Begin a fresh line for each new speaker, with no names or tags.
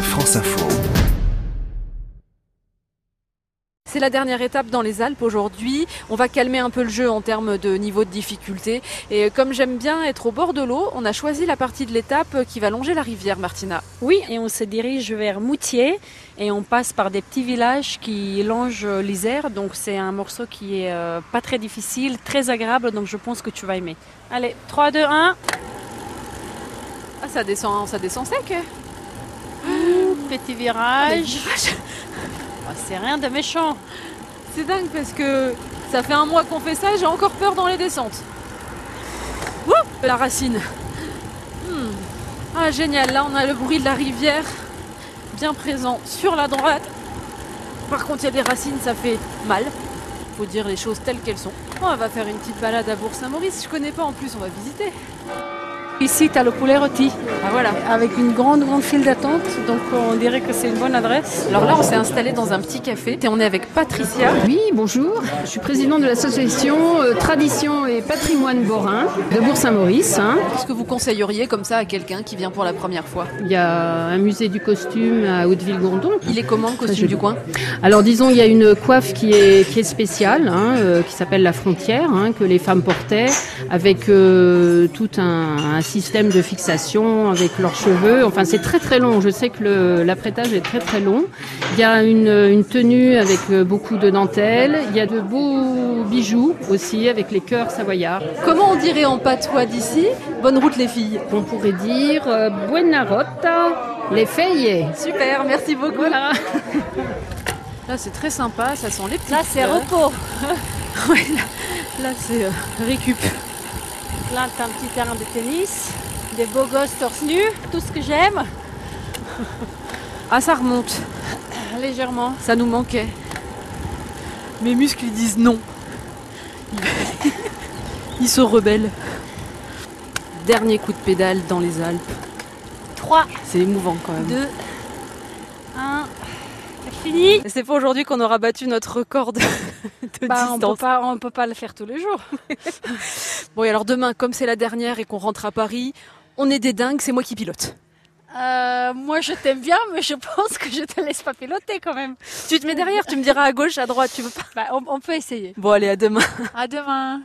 France Info.
C'est la dernière étape dans les Alpes aujourd'hui. On va calmer un peu le jeu en termes de niveau de difficulté. Et comme j'aime bien être au bord de l'eau, on a choisi la partie de l'étape qui va longer la rivière, Martina.
Oui, et on se dirige vers Moutier et on passe par des petits villages qui longent l'Isère. Donc c'est un morceau qui est euh, pas très difficile, très agréable. Donc je pense que tu vas aimer. Allez, 3, 2, 1.
Ah, ça descend, ça descend sec. hein.
Petit
Ah, les
virage.
virages.
Oh, c'est rien de méchant.
C'est dingue parce que ça fait un mois qu'on fait ça et j'ai encore peur dans les descentes. Ouh, la racine. Hmm. Ah génial, là on a le bruit de la rivière bien présent sur la droite. Par contre il y a des racines, ça fait mal. Faut dire les choses telles qu'elles sont. On va faire une petite balade à Bourg-Saint-Maurice. Je connais pas en plus, on va visiter.
Ici, tu as le poulet rôti
Ah voilà.
avec une grande, grande file d'attente. Donc on dirait que c'est une bonne adresse.
Alors là on s'est installé dans un petit café et on est avec Patricia.
Oui, bonjour. Je suis présidente de l'association euh, Tradition et Patrimoine Borin de Bourg-Saint-Maurice. hein.
Qu'est-ce que vous conseilleriez comme ça à quelqu'un qui vient pour la première fois
Il y a un musée du costume à Hauteville-Gondon.
Il est comment le costume du coin
Alors disons, il y a une coiffe qui est, qui est spéciale, hein, euh, qui s'appelle la frontière, hein, que les femmes portaient, avec euh, tout un, un système de fixation, avec leurs cheveux. Enfin, c'est très très long. Je sais que le- l'apprêtage est très très long. Il y a une, une tenue avec euh, beaucoup de dentelles. Il y a de beaux bijoux aussi, avec les cœurs savoyards.
Comment on dirait en patois d'ici Bonne route les filles.
On pourrait dire euh, Buena Rota, les feuilles.
Super, merci beaucoup.
Voilà.
Là c'est très sympa, ça sent les petits.
Là, c'est repos.
Là c'est euh, récup.
Là, t'as un petit terrain de tennis, des beaux gosses torse nu, tout ce que j'aime,
Ah ça remonte,
légèrement.
ça nous manquait. Mes muscles ils disent non. Ils se rebellent. Dernier coup de pédale dans les Alpes.
3,
C'est émouvant quand même.
2, 1, c'est fini.
C'est pas aujourd'hui qu'on aura battu notre record de, de
Bah, on, peut
distance.
pas, on peut pas le faire tous les jours.
Bon et alors demain, comme c'est la dernière et qu'on rentre à Paris, on est des dingues, c'est moi qui pilote.
Euh, moi, je t'aime bien, mais je pense que je te laisse pas piloter quand même.
Tu te mets derrière, tu me diras à gauche, à droite, tu veux pas.
Bah, on, on peut essayer.
Bon allez, à demain.
À demain.